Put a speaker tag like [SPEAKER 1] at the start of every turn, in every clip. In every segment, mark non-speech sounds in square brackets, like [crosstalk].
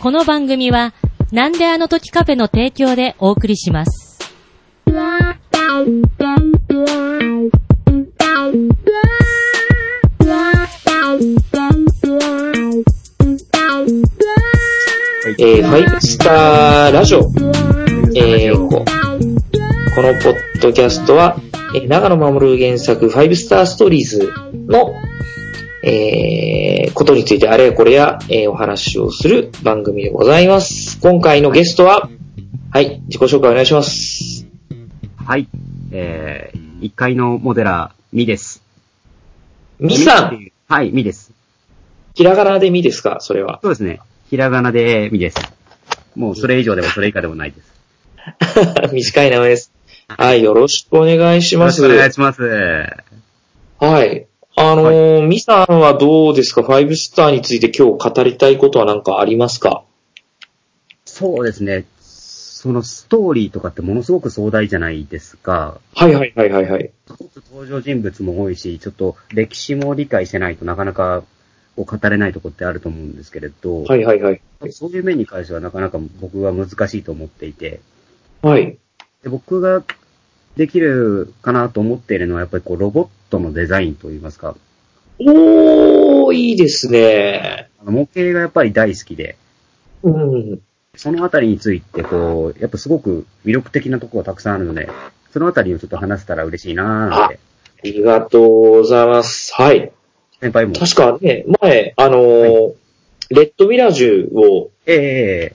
[SPEAKER 1] この番組は、なんであの時カフェの提供でお送りします。
[SPEAKER 2] えー、ファイブスターラジオ。えー、ここのポッドキャストは、えー長野守原作ファイブスターストーリーズの、えー、ことについてあれやこれや、えーお話をする番組でございます。今回のゲストは、はい、自己紹介お願いします。
[SPEAKER 3] はい。えー、1階のモデラー、ミです。
[SPEAKER 2] み
[SPEAKER 3] ミ
[SPEAKER 2] さ
[SPEAKER 3] って
[SPEAKER 2] ん、
[SPEAKER 3] いうはい、ミです。
[SPEAKER 2] ひらがなでみですかそれは。 [laughs]
[SPEAKER 3] そうですね。ひらがなでミです。もうそれ以上でもそれ以下でもないです。
[SPEAKER 2] 短い名前です。はい、よろしくお願いし
[SPEAKER 3] よろ
[SPEAKER 2] ま
[SPEAKER 3] し
[SPEAKER 2] す。
[SPEAKER 3] くお願いします。は
[SPEAKER 2] はい。あのーみさんはどうですかファイブスターについて今日語りたいことは何かありますか
[SPEAKER 3] そうですね。そのストーリーとかってものすごく壮大じゃないですか。
[SPEAKER 2] はいはいはいはいはい。
[SPEAKER 3] ちょっと登場人物も多いし、ちょっと歴史も理解してないとなかなかこう語れないとこってあると思うんですけれど、
[SPEAKER 2] はいはいはい。
[SPEAKER 3] そういう面に関してはなかなか僕は難しいと思っていて、
[SPEAKER 2] はい。
[SPEAKER 3] で僕ができるかなと思っているのは、やっぱりこう、ロボットのデザインといいますか、
[SPEAKER 2] おー、いいですね。
[SPEAKER 3] あの模型がやっぱり大好きで、
[SPEAKER 2] うん。
[SPEAKER 3] そのあたりについて、こう、やっぱすごく魅力的なところがたくさんあるので、そのあたりをちょっと話せたら嬉しいなーなんて、
[SPEAKER 2] ありがとうございます。はい。
[SPEAKER 3] 先輩も。
[SPEAKER 2] 確かね、前、あのーレッドミラージュを
[SPEAKER 3] ええ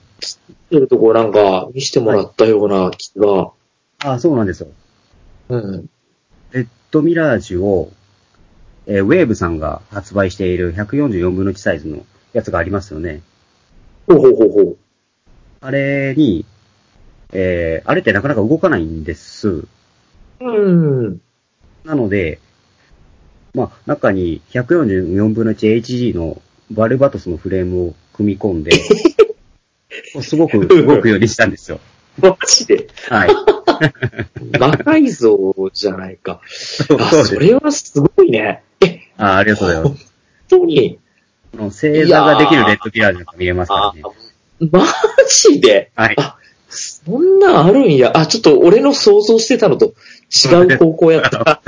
[SPEAKER 2] 撮るとこなんか見せてもらったような気が。
[SPEAKER 3] ああ、そうなんですよ。
[SPEAKER 2] うん。
[SPEAKER 3] レッドミラージュを、えーウェーブさんが発売している144分の1サイズのやつがありますよね。
[SPEAKER 2] ほうほうほうほう。
[SPEAKER 3] あれに、えー、あれってなかなか動かないんです。
[SPEAKER 2] うん。
[SPEAKER 3] なので、まあ、中に144分の 1HG のバルバトスのフレームを組み込んで、すごく動くようにしたんですよ。
[SPEAKER 2] [laughs] マジで。
[SPEAKER 3] はい。
[SPEAKER 2] 魔改造じゃないか。
[SPEAKER 3] そう
[SPEAKER 2] あ、
[SPEAKER 3] そう
[SPEAKER 2] そ
[SPEAKER 3] です。
[SPEAKER 2] れはすごいね。え、
[SPEAKER 3] あありがとうございます。
[SPEAKER 2] 本当に。
[SPEAKER 3] この星座ができるレッドキラーなんか見れますか
[SPEAKER 2] あ
[SPEAKER 3] らね。、
[SPEAKER 2] マジで。
[SPEAKER 3] はい。
[SPEAKER 2] そんなんあるんや。あ、ちょっと俺の想像してたのと違う方向やった。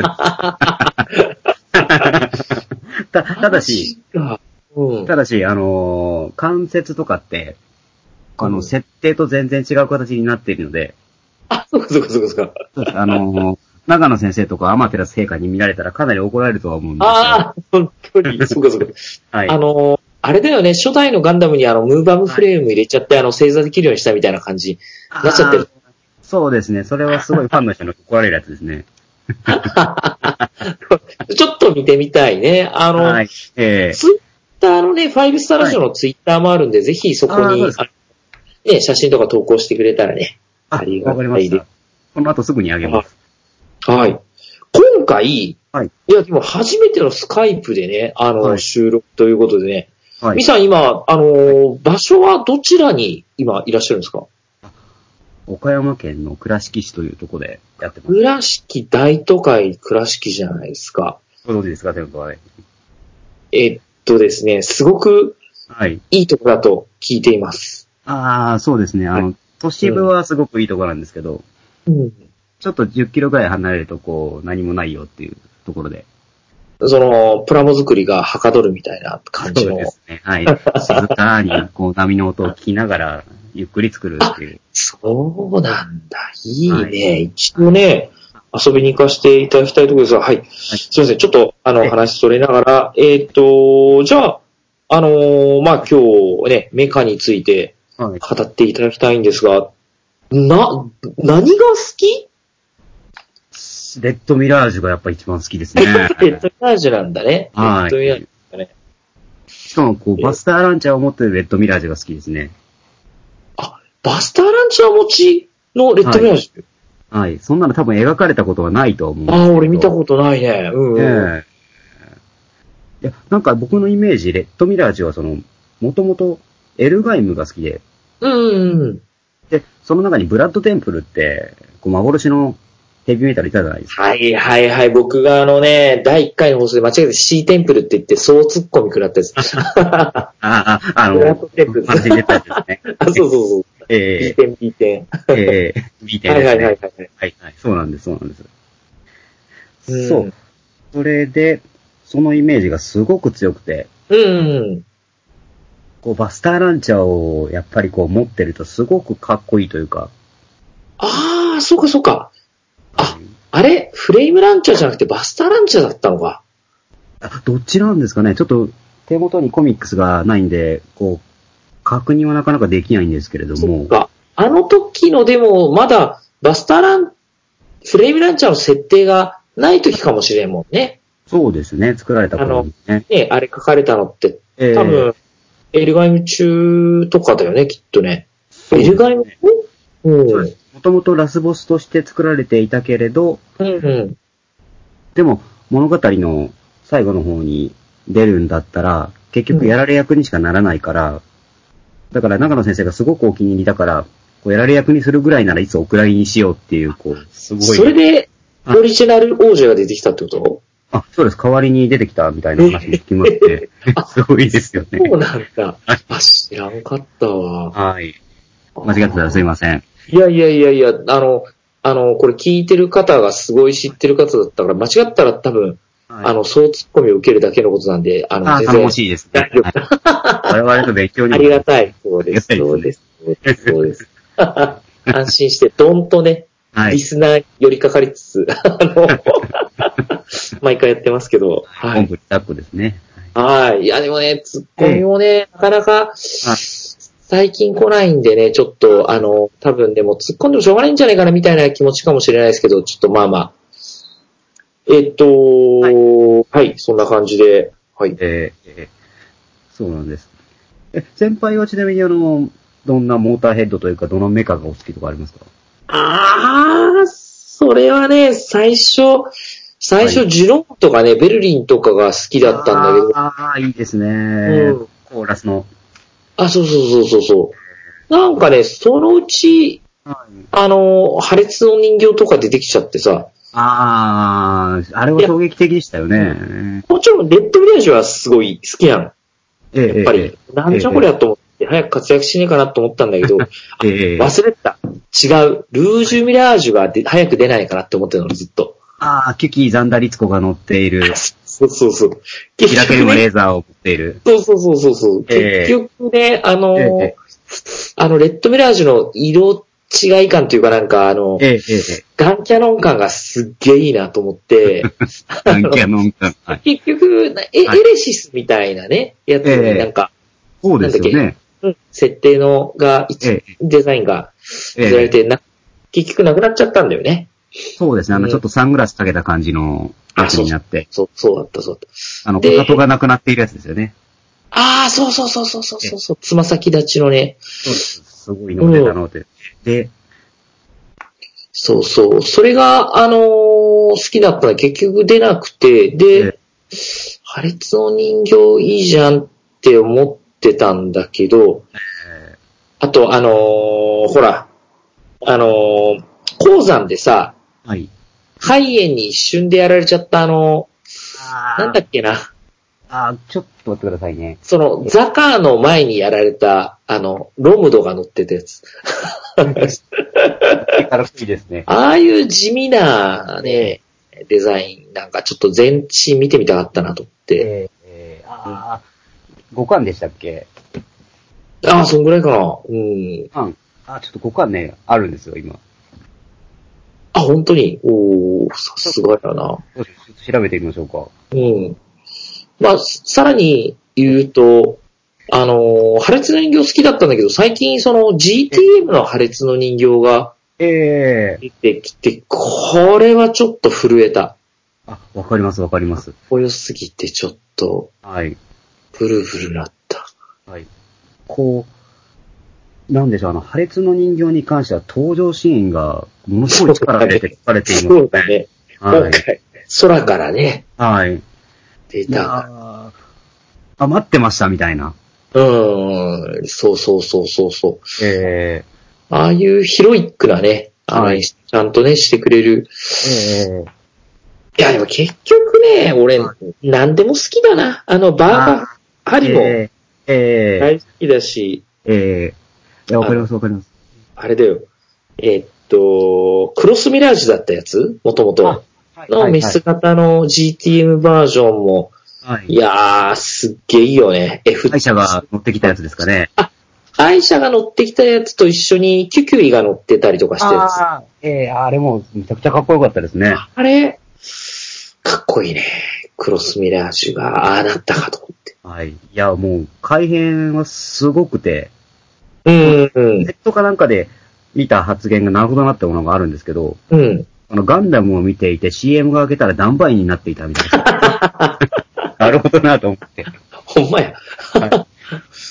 [SPEAKER 3] たただし、
[SPEAKER 2] マジか。うん。
[SPEAKER 3] ただし、あのー関節とかって、あ
[SPEAKER 2] う
[SPEAKER 3] の、
[SPEAKER 2] ん
[SPEAKER 3] 設定と全然違う形になっているので、
[SPEAKER 2] あ、そうかそうかそうかそうか。
[SPEAKER 3] あのー長野先生とか天照聖火に見られたらかなり怒られるとは思うんですよ。
[SPEAKER 2] ああ、本当に。そうかそうか。
[SPEAKER 3] はい。
[SPEAKER 2] あの、あれだよね、初代のガンダムにあの、ムーバムフレーム入れちゃって、あの、正座できるようにしたみたいな感じ。なっちゃってる
[SPEAKER 3] あー。そうですね。それはすごいファンの人に怒られるやつですね。
[SPEAKER 2] ちょっと見てみたいね。あの、
[SPEAKER 3] はい。ええ
[SPEAKER 2] ツイッターのね、ファイブスターラジオのツイッターもあるんで、ぜひそこ
[SPEAKER 3] あー
[SPEAKER 2] に
[SPEAKER 3] そうです、
[SPEAKER 2] ね、写真とか投稿してくれたらね。
[SPEAKER 3] あ
[SPEAKER 2] あり、が
[SPEAKER 3] わ
[SPEAKER 2] た
[SPEAKER 3] か
[SPEAKER 2] い
[SPEAKER 3] り
[SPEAKER 2] です
[SPEAKER 3] ました。この後すぐにあげます。
[SPEAKER 2] はい。今回、
[SPEAKER 3] はい。
[SPEAKER 2] や、でも初めてのスカイプでね、あの、
[SPEAKER 3] はい
[SPEAKER 2] 収録ということでね。
[SPEAKER 3] は
[SPEAKER 2] ミ
[SPEAKER 3] い。
[SPEAKER 2] さん、今、あのー場所はどちらに今いらっしゃるんですか
[SPEAKER 3] 岡山県の倉敷市というとこでやってます。
[SPEAKER 2] 倉敷大都会倉敷じゃないですか。
[SPEAKER 3] ご存知ですか、先輩。
[SPEAKER 2] えっとですね、すごく
[SPEAKER 3] はい。
[SPEAKER 2] いいとこだと聞いています。
[SPEAKER 3] ああ、そうですね。あの、都市部はすごくいいところなんですけど、
[SPEAKER 2] うん。
[SPEAKER 3] ちょっと10キロぐらい離れると、こう、何もないよっていうところで。
[SPEAKER 2] その、プラモ作りがはかどるみたいな感じ
[SPEAKER 3] そう
[SPEAKER 2] の
[SPEAKER 3] で。すね。はい。静かに、こう、波の音を聞きながら、ゆっくり作るっていう。
[SPEAKER 2] そうなんだ。いいね。
[SPEAKER 3] はい
[SPEAKER 2] 一度ね、遊びに行かせていただきたいところですが、はい。すいません。ちょっと、あの、
[SPEAKER 3] ええ
[SPEAKER 2] 話それながら、えーっ、と、じゃあ、あのーまあ、今日ね、メカについて
[SPEAKER 3] はい。
[SPEAKER 2] 語っていただきたいんですが、な、何が好き
[SPEAKER 3] レッドミラージュがやっぱ一番好きですね。
[SPEAKER 2] [laughs] レッドミラージュなんだね。
[SPEAKER 3] はい
[SPEAKER 2] レッドミラージュだね。
[SPEAKER 3] しかも、こう、バスターランチャーを持ってるレッドミラージュが好きですね。
[SPEAKER 2] バスターランチャー持ちのレッドミラージュ。
[SPEAKER 3] はい。そんなの多分描かれたことはないと思うんですけど。
[SPEAKER 2] ああ、俺見たことないね。うん、うん。
[SPEAKER 3] ええいや、なんか僕のイメージ、レッドミラージュはその、もともとエルガイムが好きで、
[SPEAKER 2] うんうんうん。
[SPEAKER 3] で、その中にブラッドテンプルって、こう、幻のヘビーメタルいたじゃないですか。
[SPEAKER 2] はいはいはい。僕があのね、第1回の放送で間違えて C テンプルって言って、そう突っ込み食らったやつ。あ、
[SPEAKER 3] ああ、ああの、
[SPEAKER 2] ラットテープ
[SPEAKER 3] マジで出たやつ [laughs] ですね。
[SPEAKER 2] そうそうそう。B
[SPEAKER 3] え
[SPEAKER 2] 点 B 点。
[SPEAKER 3] ー、えー、みたい
[SPEAKER 2] は
[SPEAKER 3] ないや
[SPEAKER 2] は
[SPEAKER 3] つ
[SPEAKER 2] い
[SPEAKER 3] ね
[SPEAKER 2] はいはい。
[SPEAKER 3] はい、はい、そうなんです、そうなんです。
[SPEAKER 2] うん
[SPEAKER 3] そう。それで、そのイメージがすごく強くて、
[SPEAKER 2] うんうん。
[SPEAKER 3] こう、バスターランチャーをやっぱりこう持ってるとすごくかっこいいというか、
[SPEAKER 2] ああ、そうかそうか。あ、あれフレームランチャーじゃなくてバスターランチャーだったのか。
[SPEAKER 3] あどっちなんですかねちょっと手元にコミックスがないんで、こう、確認はなかなかできないんですけれど
[SPEAKER 2] そ
[SPEAKER 3] も
[SPEAKER 2] っ、か。あの時のでも、まだバスターラン、フレームランチャーの設定がない時かもしれんもんね。
[SPEAKER 3] そうですね、作られた頃にね。
[SPEAKER 2] ねあれ書かれたのって、
[SPEAKER 3] えー
[SPEAKER 2] 多分、エルガイム中とかだよね、きっとね。
[SPEAKER 3] そうで
[SPEAKER 2] エ
[SPEAKER 3] す
[SPEAKER 2] ルガイムうん。
[SPEAKER 3] そう
[SPEAKER 2] う
[SPEAKER 3] ですもともとラスボスとして作られていたけれど、
[SPEAKER 2] んうん。
[SPEAKER 3] でも物語の最後の方に出るんだったら、結局やられ役にしかならないから、だから長野先生がすごくお気に入りだから、こうやられ役にするぐらいならいつお蔵入りにしようっていう、こう、すごい。
[SPEAKER 2] それで、オリジナル王者が出てきたってこと
[SPEAKER 3] あ、そうです。代わりに出てきたみたいな話も聞きまして、 [laughs] すごいですよね。
[SPEAKER 2] そうなんだ
[SPEAKER 3] はい。
[SPEAKER 2] あ、知らんかったわ。
[SPEAKER 3] はい。間違ってたらすいません。
[SPEAKER 2] いやいやいやいや、あの、あの、これ聞いてる方がすごい知ってる方だったから、間違ったら多分、あの、そうツッコミを受けるだけのことなんで、あの、
[SPEAKER 3] あー、
[SPEAKER 2] 全
[SPEAKER 3] 頼
[SPEAKER 2] 然
[SPEAKER 3] もしいですね。
[SPEAKER 2] 大丈
[SPEAKER 3] はい我々の勉強にも。
[SPEAKER 2] ありがたい。そうです、
[SPEAKER 3] ありが
[SPEAKER 2] そ
[SPEAKER 3] た
[SPEAKER 2] う
[SPEAKER 3] いで
[SPEAKER 2] です、そうです、そう
[SPEAKER 3] [laughs]
[SPEAKER 2] です。安心して、どんとね、
[SPEAKER 3] は
[SPEAKER 2] リ
[SPEAKER 3] い。
[SPEAKER 2] スナーに寄りかかりつつ、あ
[SPEAKER 3] [laughs]
[SPEAKER 2] の、毎回やってますけど、は
[SPEAKER 3] 本
[SPEAKER 2] い。
[SPEAKER 3] 部タックですね。
[SPEAKER 2] はい。いや、でもね、ツッコミもね、なかなか、最近来ないんでね、ちょっと、あの、多分でも突っ込んでもしょうがないんじゃないかなみたいな気持ちかもしれないですけど、ちょっとまあまあ。えっと、
[SPEAKER 3] は
[SPEAKER 2] はい、そんな感じで。はい。
[SPEAKER 3] えーえーそうなんです。え、先輩はちなみにあの、どんなモーターヘッドというか、どのメカがお好きとかありますか
[SPEAKER 2] あー、それはね、最初、最
[SPEAKER 3] は
[SPEAKER 2] 初、
[SPEAKER 3] い
[SPEAKER 2] ジュロンとかね、ベルリンとかが好きだったんだけど、
[SPEAKER 3] ああ、いいですね、
[SPEAKER 2] うん
[SPEAKER 3] コーラスの。
[SPEAKER 2] あ、そうそうそうそうそう。なんかね、そのうち、あの、破裂の人形とか出てきちゃってさ、
[SPEAKER 3] ああ、あれは衝撃的でしたよね。
[SPEAKER 2] もちろんレッドビレージはすごい好きなの。
[SPEAKER 3] えー
[SPEAKER 2] やっぱり、なんじゃこりゃと思って、早く活躍しねえかなと思ったんだけど、
[SPEAKER 3] えーえー
[SPEAKER 2] 忘れてた。違う。ルージュミラージュがで早く出ないかなって思ってたの、ずっと。
[SPEAKER 3] ああ、キュキー・ザンダリツコが乗っている、
[SPEAKER 2] そうそうそう。結
[SPEAKER 3] 開ける
[SPEAKER 2] 局ね、
[SPEAKER 3] レーザーを持っている。
[SPEAKER 2] そうそうそうそうそう。
[SPEAKER 3] ええ
[SPEAKER 2] 結局ね、あのー
[SPEAKER 3] ええ
[SPEAKER 2] あの、レッドミラージュの色違い感というかなんか、あの、
[SPEAKER 3] ええ、ええ、
[SPEAKER 2] ガンキャノン感がすっげえいいなと思
[SPEAKER 3] [laughs]
[SPEAKER 2] って、
[SPEAKER 3] ダンキャノン感。はい。
[SPEAKER 2] 結局、えエ
[SPEAKER 3] はい
[SPEAKER 2] レシスみたいなね、やつ
[SPEAKER 3] え
[SPEAKER 2] に
[SPEAKER 3] え
[SPEAKER 2] なんか、
[SPEAKER 3] そうですよね。
[SPEAKER 2] うん設定のが、一
[SPEAKER 3] え
[SPEAKER 2] デザインが、
[SPEAKER 3] え
[SPEAKER 2] ずられ
[SPEAKER 3] え
[SPEAKER 2] てな、結局なくなっちゃったんだよね。
[SPEAKER 3] そうですね。あの、ちょっとサングラスかけた感じのやつになって、
[SPEAKER 2] そう、そうだった、そうだった。
[SPEAKER 3] あの、か
[SPEAKER 2] で
[SPEAKER 3] かとがなくなっているやつですよね。
[SPEAKER 2] ああ、そうそうそうそうそうそうそう、つま先立ちのね、
[SPEAKER 3] そうです。すごいの出たのって。で、
[SPEAKER 2] そうそう、それが、あのー好きだったら結局出なくて、で、破裂の人形いいじゃんって思ってたんだけど、
[SPEAKER 3] え
[SPEAKER 2] あと、あのーほら、あのー鉱山でさ、
[SPEAKER 3] ーはい。
[SPEAKER 2] 肺炎に一瞬でやられちゃったあの
[SPEAKER 3] あ
[SPEAKER 2] なんだっけな、
[SPEAKER 3] あーちょっと待ってくださいね。
[SPEAKER 2] その、ザカーの前にやられた、あの、ロムドが乗ってたやつ。
[SPEAKER 3] 軽くいいですね。
[SPEAKER 2] ああいう地味なね、デザインなんかちょっと全身見てみたかったなと思って。
[SPEAKER 3] えーえー、あー五巻でしたっけ
[SPEAKER 2] ああ、そんぐらいかな。うん。
[SPEAKER 3] うん。あ、ちょっと五巻ね、あるんですよ、今。
[SPEAKER 2] あ、本当に。おおさすがだ
[SPEAKER 3] ち
[SPEAKER 2] な。
[SPEAKER 3] ょっと調べてみましょうか。
[SPEAKER 2] うん。まあ、さらに言うと、あのー破裂の人形好きだったんだけど、最近その GTM の破裂の人形が
[SPEAKER 3] ええ
[SPEAKER 2] 出てきて、これはちょっと震えた。
[SPEAKER 3] あ、わかります、わかります。
[SPEAKER 2] こよすぎてちょっと、
[SPEAKER 3] はい。
[SPEAKER 2] ブルブルなった。
[SPEAKER 3] はい。こう、なんでしょう、あの、破裂の人形に関しては登場シーンが、ものすごい力入れて書かれています。
[SPEAKER 2] そうだね。
[SPEAKER 3] は
[SPEAKER 2] 今
[SPEAKER 3] い。
[SPEAKER 2] 回、空からね、
[SPEAKER 3] はい。
[SPEAKER 2] 出
[SPEAKER 3] いや
[SPEAKER 2] た。
[SPEAKER 3] ーあ、待ってました、みたいな。
[SPEAKER 2] うーん、そうそうそうそうそう。
[SPEAKER 3] ええ
[SPEAKER 2] ああいうヒロイックなね、あの
[SPEAKER 3] はい
[SPEAKER 2] ちゃんとね、してくれる。
[SPEAKER 3] ええ
[SPEAKER 2] いや、でも結局ね、俺、何でも好きだな。あの、バーバー、ハリも
[SPEAKER 3] ええええ
[SPEAKER 2] 大好きだし、
[SPEAKER 3] ええいや、わかります、わかります。
[SPEAKER 2] あれだよ。えっと、クロスミラージュだったやつもともと。のメス型の GTM バージョンも、
[SPEAKER 3] はい
[SPEAKER 2] いやー、すっげえいいよね。F
[SPEAKER 3] 歯医者が乗ってきたやつですかね。
[SPEAKER 2] 歯医者が乗ってきたやつと一緒にキュキュイが乗ってたりとかしてるやつ。
[SPEAKER 3] ああ、ええあれもめちゃくちゃかっこよかったですね。
[SPEAKER 2] あれ、かっこいいね。クロスミラージュが、ああなったかと思って。
[SPEAKER 3] はい。いや、もう、改変はすごくて、
[SPEAKER 2] うん、うん
[SPEAKER 3] ネットかなんかで見た発言がなるほどなってものがあるんですけど、、
[SPEAKER 2] うん。
[SPEAKER 3] あの、ガンダムを見ていて CM が開けたらダンバインになっていたみたいな。なるほどなと思って。
[SPEAKER 2] ほんまや。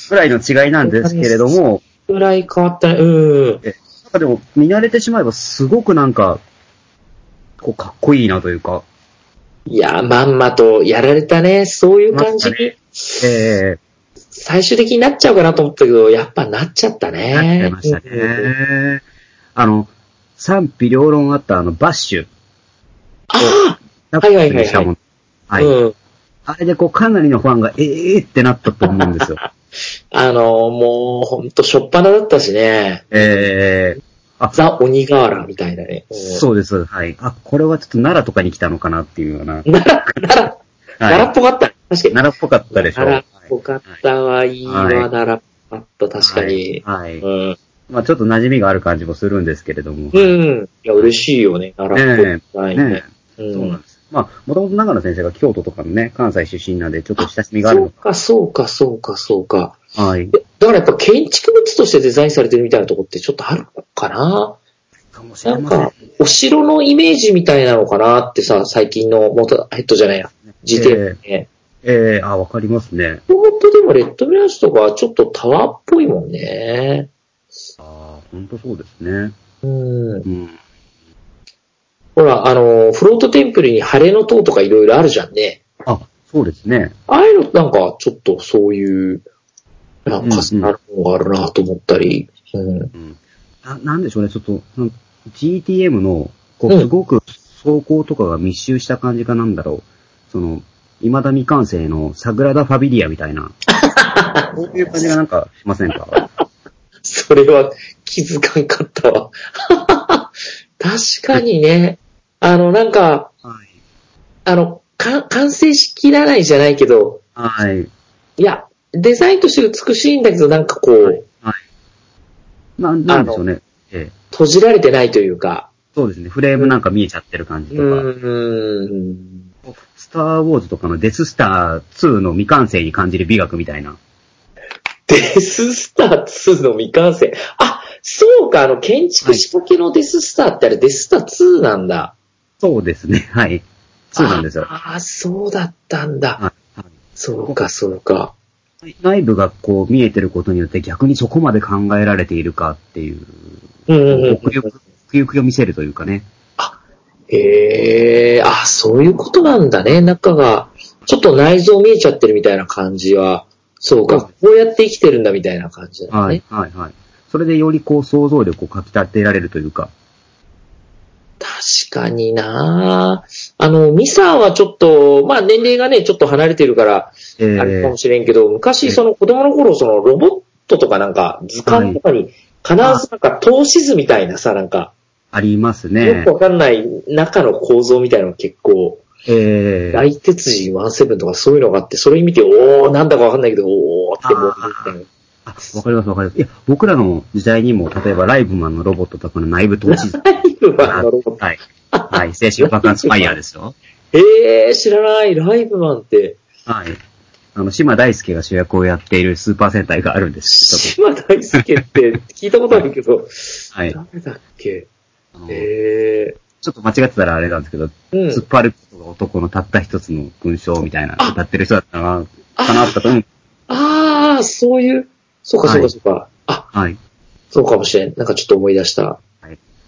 [SPEAKER 3] ぐらいの違いなんですけれども、
[SPEAKER 2] ぐらい変わったね。うん。
[SPEAKER 3] なんかでも見慣れてしまえばすごくなんか、こうかっこいいなというか、
[SPEAKER 2] いやー、まんまとやられたね。そういう感じ
[SPEAKER 3] ました
[SPEAKER 2] に、
[SPEAKER 3] え
[SPEAKER 2] 最終的になっちゃうかなと思ったけど、やっぱなっちゃった
[SPEAKER 3] え
[SPEAKER 2] ね。
[SPEAKER 3] なっちゃいました
[SPEAKER 2] うん
[SPEAKER 3] ね。あの、賛否両論あったあのバッシュ。
[SPEAKER 2] あ
[SPEAKER 3] なん
[SPEAKER 2] はいはいはいはい
[SPEAKER 3] したもの
[SPEAKER 2] あ、
[SPEAKER 3] はい。
[SPEAKER 2] うん。
[SPEAKER 3] あれでこうかなりのファンがええってなったと思うんです
[SPEAKER 2] [laughs]
[SPEAKER 3] よ。
[SPEAKER 2] あのーもう、ほんと、しょっぱなだったしね。
[SPEAKER 3] ええ
[SPEAKER 2] ザ・鬼瓦みたいなね。
[SPEAKER 3] そうです。はい。あ、これはちょっと奈良とかに来たのかなっていうような。
[SPEAKER 2] うん。奈良、奈良、奈良っぽかった。確かに。
[SPEAKER 3] 奈良っぽかったでしょ。
[SPEAKER 2] 奈良っぽかったはいいわ、
[SPEAKER 3] はい
[SPEAKER 2] 奈良っぽかった、確かに。
[SPEAKER 3] はい。はい
[SPEAKER 2] うん。
[SPEAKER 3] まあちょっと馴染みがある感じもするんですけれども。
[SPEAKER 2] うん。いや、嬉しいよね、奈良っぽい。
[SPEAKER 3] ね
[SPEAKER 2] う
[SPEAKER 3] え、そうんなんです。まあ、もともと長野先生が京都とかのね、関西出身なんで、ちょっと親しみがある
[SPEAKER 2] そ
[SPEAKER 3] の
[SPEAKER 2] うか、そうか、そうか、そうか。
[SPEAKER 3] か。はい。
[SPEAKER 2] でだからやっぱ建築物としてデザインされてるみたいなとこってちょっとあるのかな
[SPEAKER 3] かもし
[SPEAKER 2] な
[SPEAKER 3] れ
[SPEAKER 2] ん
[SPEAKER 3] ません
[SPEAKER 2] か。、お城のイメージみたいなのかなってさ、最近の元ヘッドじゃないや、GTM ね。
[SPEAKER 3] ええあ、わかりますね。
[SPEAKER 2] 本当でもレッドミラージュとかはちょっとタワーっぽいもんね。
[SPEAKER 3] ああ、ほんとそうですね。
[SPEAKER 2] うん。
[SPEAKER 3] うん。
[SPEAKER 2] ほら、あの、フロートテンプルに晴れの塔とかいろいろあるじゃんね。
[SPEAKER 3] あ、そうですね。
[SPEAKER 2] ああいうのなんかちょっとそういう、なんか
[SPEAKER 3] うんうん
[SPEAKER 2] なるものがあるなと思ったり。うん。
[SPEAKER 3] うん。な、なんでしょうね、ちょっと、なん GTM の、こ
[SPEAKER 2] うん
[SPEAKER 3] う、すごく走行とかが密集した感じがなんだろう。その、未だ未完成のサグラダ・ファビリアみたい [laughs] な。そういう感じがなんかしませんか
[SPEAKER 2] それは気づかんかったわ。 [laughs] 確かにね。あの、なんか、
[SPEAKER 3] はい。
[SPEAKER 2] あの、か完成しきらないじゃないけど、
[SPEAKER 3] はい。
[SPEAKER 2] いや、デザインとして美しいんだけど、なんかこう、
[SPEAKER 3] なんなんでしょうね。ええ
[SPEAKER 2] 閉じられてないというか。
[SPEAKER 3] そうですね。フレームなんか見えちゃってる感じ
[SPEAKER 2] う
[SPEAKER 3] とか。
[SPEAKER 2] ーん。
[SPEAKER 3] スター・ウォーズとかのデス・スター2の未完成に感じる美学みたいな。
[SPEAKER 2] デススター2の未完成。あ、そうか、あの、建築仕掛けのデススターってあれ、デススター2なんだ。
[SPEAKER 3] そうですね。 [laughs] はい。2なんですよ。は
[SPEAKER 2] ああ、そうだったんだ。
[SPEAKER 3] い
[SPEAKER 2] そうか、そうか。
[SPEAKER 3] 内部がこう見えてることによって逆にそこまで考えられているかっていう、
[SPEAKER 2] うんうんうん。
[SPEAKER 3] 奥行き奥行きを見せるというかね。
[SPEAKER 2] へえ、あ、そういうことなんだね。中が、ちょっと内臓見えちゃってるみたいな感じは、そうか、
[SPEAKER 3] うん
[SPEAKER 2] こうやって生きてるんだみたいな感じだね。
[SPEAKER 3] はい、はい、はい。それでよりこう想像力をかき立てられるというか。
[SPEAKER 2] 確かになあの、ミサはちょっと、まあ年齢がね、ちょっと離れてるから、
[SPEAKER 3] え
[SPEAKER 2] あれか
[SPEAKER 3] ー
[SPEAKER 2] も、しれんけど、昔その子供の頃、そのロボットとかなんか、図鑑とかに、必ずなんか透視図みたいなさ、なんか、
[SPEAKER 3] あります
[SPEAKER 2] よ
[SPEAKER 3] ね
[SPEAKER 2] く。わかんない中の構造みたいなのが結構、
[SPEAKER 3] えー、
[SPEAKER 2] 大鉄人17とかそういうのがあって、それ見て、おー、なんだかわかんないけど、おーって思うみたいな。
[SPEAKER 3] あ、わかります、わかります。いや、僕らの時代にも、例えばライブマンのロボットとかの内部投資図。
[SPEAKER 2] ライブマンのロボット。
[SPEAKER 3] はい。はい、青春爆発ファイヤーですよ。
[SPEAKER 2] [laughs] えー、知らない、ライブマンって。
[SPEAKER 3] はい。あの、島大輔が主役をやっているスーパー戦隊があるんです
[SPEAKER 2] 島大輔って聞いたことあるけど、
[SPEAKER 3] けど、はい。
[SPEAKER 2] 誰だっけ
[SPEAKER 3] あのち
[SPEAKER 2] え
[SPEAKER 3] ょっと間違ってたらあれなんですけど、
[SPEAKER 2] えう
[SPEAKER 3] 突
[SPEAKER 2] ん
[SPEAKER 3] っ。張ることが男のたった一つの文章みたいな、
[SPEAKER 2] あ
[SPEAKER 3] 歌ってる人だったな、かな
[SPEAKER 2] あ
[SPEAKER 3] ったと思う。
[SPEAKER 2] あー、そういう、そうか
[SPEAKER 3] は
[SPEAKER 2] そ
[SPEAKER 3] いう
[SPEAKER 2] かそうか。あ、
[SPEAKER 3] はい。
[SPEAKER 2] そうかもしれん。なんかちょっと思い出した。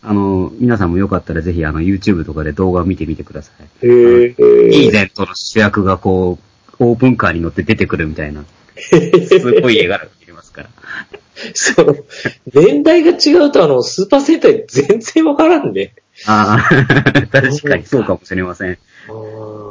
[SPEAKER 3] あの、皆さんもよかったらぜひ、あの、YouTube とかで動画を見てみてください。
[SPEAKER 2] へえ。
[SPEAKER 3] いい。前との主役がこう、オープンカーに乗って出てくるみたいな、すごい絵柄が見れます。ます
[SPEAKER 2] [laughs]
[SPEAKER 3] から。
[SPEAKER 2] そう。 [laughs] 年代が違うと、あの、スーパー戦隊全然わからんね。
[SPEAKER 3] ああ、確かにそうかもしれません。ち
[SPEAKER 2] ああ。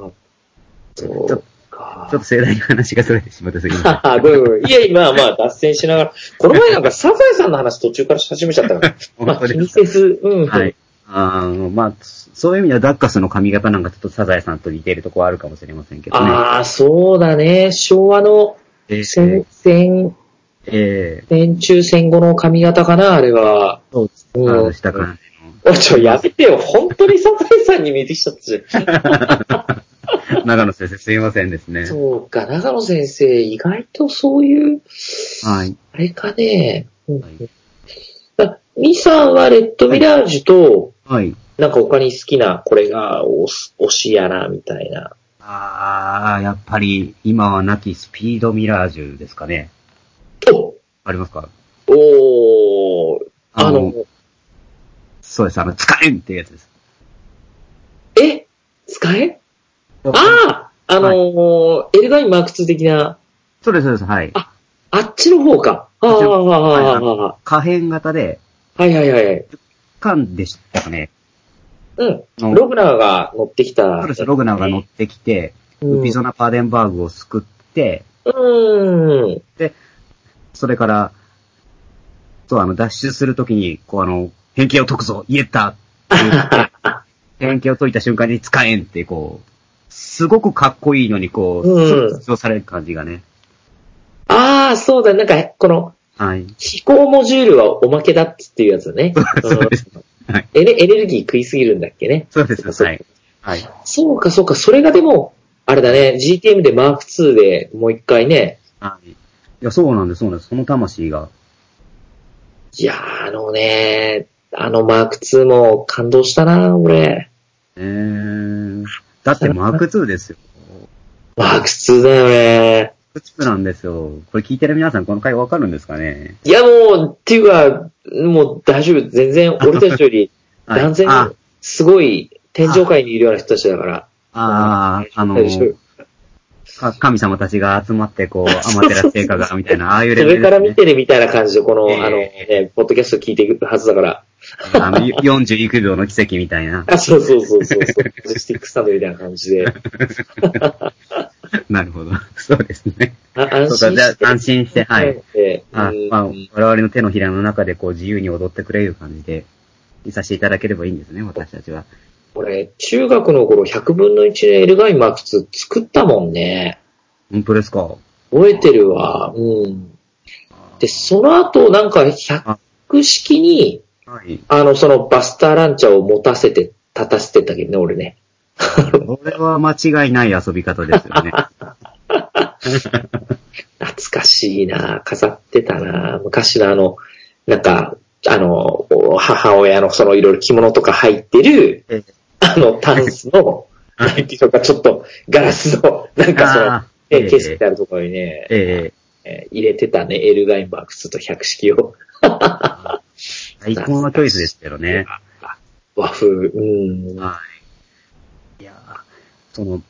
[SPEAKER 3] ちょ
[SPEAKER 2] そう
[SPEAKER 3] っ
[SPEAKER 2] か
[SPEAKER 3] ょっと。盛大な話がそれてしまってすぎません
[SPEAKER 2] [laughs] ははどういうこといや、今はまあ脱線しながら、この
[SPEAKER 3] [laughs]
[SPEAKER 2] 前なんかサザエさんの話途中からし始めちゃったから、ま
[SPEAKER 3] 本当
[SPEAKER 2] あ
[SPEAKER 3] で
[SPEAKER 2] 気
[SPEAKER 3] す
[SPEAKER 2] にせず、うん。
[SPEAKER 3] はい。あの、まあ、そういう意味ではダッカスの髪型なんかちょっとサザエさんと似ているとこはあるかもしれませんけどね。
[SPEAKER 2] ああ、そうだね。昭和の
[SPEAKER 3] えー
[SPEAKER 2] 戦、戦、
[SPEAKER 3] え
[SPEAKER 2] 戦中戦後の髪型かな、あれは。
[SPEAKER 3] ー、そうです。
[SPEAKER 2] うん
[SPEAKER 3] あの、した感
[SPEAKER 2] おいちょ、やめてよ。本当にサザエさんに見えてきちゃったじゃん。
[SPEAKER 3] じの。 [laughs] 長野先生すいませんですね。
[SPEAKER 2] そうか、長野先生、意外とそういう、
[SPEAKER 3] はい。
[SPEAKER 2] あれかね。うん
[SPEAKER 3] はい
[SPEAKER 2] あミさんはレッドミラージュと、
[SPEAKER 3] はい。
[SPEAKER 2] なんか他に好きな、これがおす推しやな、みたいな。
[SPEAKER 3] ああ、やっぱり今はなきスピードミラージュですかね。
[SPEAKER 2] お
[SPEAKER 3] ありますか
[SPEAKER 2] おーあの、
[SPEAKER 3] そうです。あの、使えんってやつです。
[SPEAKER 2] え使えあああのーエルガインマーク2的な、
[SPEAKER 3] そうです、そうです。はい。
[SPEAKER 2] ああっちの方か。ああ、
[SPEAKER 3] っ
[SPEAKER 2] あ
[SPEAKER 3] ちの
[SPEAKER 2] あ、
[SPEAKER 3] はい
[SPEAKER 2] ああ、ああ。
[SPEAKER 3] 可変型で、
[SPEAKER 2] はいはいはい。
[SPEAKER 3] 缶でしたかね。
[SPEAKER 2] うん。
[SPEAKER 3] の
[SPEAKER 2] ログナーが乗ってきた。
[SPEAKER 3] そうです。ログナーが乗ってきて、
[SPEAKER 2] うん
[SPEAKER 3] ウピゾナ・パーデンバーグを救って、
[SPEAKER 2] うーん。
[SPEAKER 3] それから、そう、あの、脱出するときに、こう、あの、変形を解くぞ言えたって言
[SPEAKER 2] [laughs]
[SPEAKER 3] って、変形を解いた瞬間に使えんって、こう、すごくかっこいいのに、こう、
[SPEAKER 2] うん
[SPEAKER 3] 主張される感じがね。
[SPEAKER 2] ああ、そうだ、なんか、この、
[SPEAKER 3] はい。
[SPEAKER 2] 飛行モジュールはおまけだっつっていうやつね。
[SPEAKER 3] [laughs] そうです。はい。
[SPEAKER 2] [laughs] エネエネルギー食いすぎるんだっけね。
[SPEAKER 3] そうです。はい。はい。
[SPEAKER 2] そうか、そうか、それがでも、あれだね、GTM でマーク2でもう一回ね、
[SPEAKER 3] はい。いや、そうなんです、そうなんです。その魂が。
[SPEAKER 2] いやー、あのね、あのマーク2も感動したな、俺。
[SPEAKER 3] えー、だってマーク2ですよ。
[SPEAKER 2] マーク2だよね。
[SPEAKER 3] マーク2なんですよ。これ聞いてる皆さん、この回わかるんですかね
[SPEAKER 2] いや、もう、っていうか、もう大丈夫。全然、俺たちより、
[SPEAKER 3] [laughs] はい
[SPEAKER 2] 断然
[SPEAKER 3] あ、
[SPEAKER 2] すごい、天上界にいるような人たちだから。
[SPEAKER 3] ああ、あの、
[SPEAKER 2] 大丈夫
[SPEAKER 3] か神様たちが集まって、こう、アマテラス聖火が、みたいな、ああいうレベ
[SPEAKER 2] 上
[SPEAKER 3] ル
[SPEAKER 2] か
[SPEAKER 3] で
[SPEAKER 2] ら
[SPEAKER 3] す、
[SPEAKER 2] 見
[SPEAKER 3] ね。
[SPEAKER 2] てるみたいな感じで、この、
[SPEAKER 3] ええ
[SPEAKER 2] あの、ね、ポッドキャスト聞いていくはずだから。
[SPEAKER 3] あの、49秒の奇跡みたいな。
[SPEAKER 2] あ、そうそうそうそうそう。マジスティックスタンドみたいな感
[SPEAKER 3] [laughs]
[SPEAKER 2] じで。
[SPEAKER 3] なるほど。そうですね。
[SPEAKER 2] あ安
[SPEAKER 3] そうか、
[SPEAKER 2] 心
[SPEAKER 3] じゃ
[SPEAKER 2] して。
[SPEAKER 3] あ安心して、はい。
[SPEAKER 2] ええ
[SPEAKER 3] あ
[SPEAKER 2] うん
[SPEAKER 3] まあ、我々の手のひらの中で、こう、自由に踊ってくれる感じで、いさせていただければいいんですね、私たちは。
[SPEAKER 2] 俺、中学の頃、100分の1でエルガインマーク2作ったもんね。
[SPEAKER 3] 本当ですか
[SPEAKER 2] 覚えてるわ。うん。で、その後、なんか、100式に、
[SPEAKER 3] はい。
[SPEAKER 2] あの、そのバスターランチャーを持たせて、立たせてたけどね、俺ね。
[SPEAKER 3] これは間違いない遊び方ですよね。
[SPEAKER 2] 懐かしいな飾ってたな昔のあの、なんか、あの、母親のそのいろいろ着物とか入ってる、
[SPEAKER 3] え
[SPEAKER 2] あの、タンスの、
[SPEAKER 3] は
[SPEAKER 2] なんていうのか、ちょっとガラスの、なんかその
[SPEAKER 3] あ、ー
[SPEAKER 2] え
[SPEAKER 3] ええ
[SPEAKER 2] 景色であるところにね、
[SPEAKER 3] ええ
[SPEAKER 2] えー入れてたね、エルガインバークスと百式を。
[SPEAKER 3] 最高のチョイスですけどね。
[SPEAKER 2] 和風、うん。
[SPEAKER 3] はい。いやーその、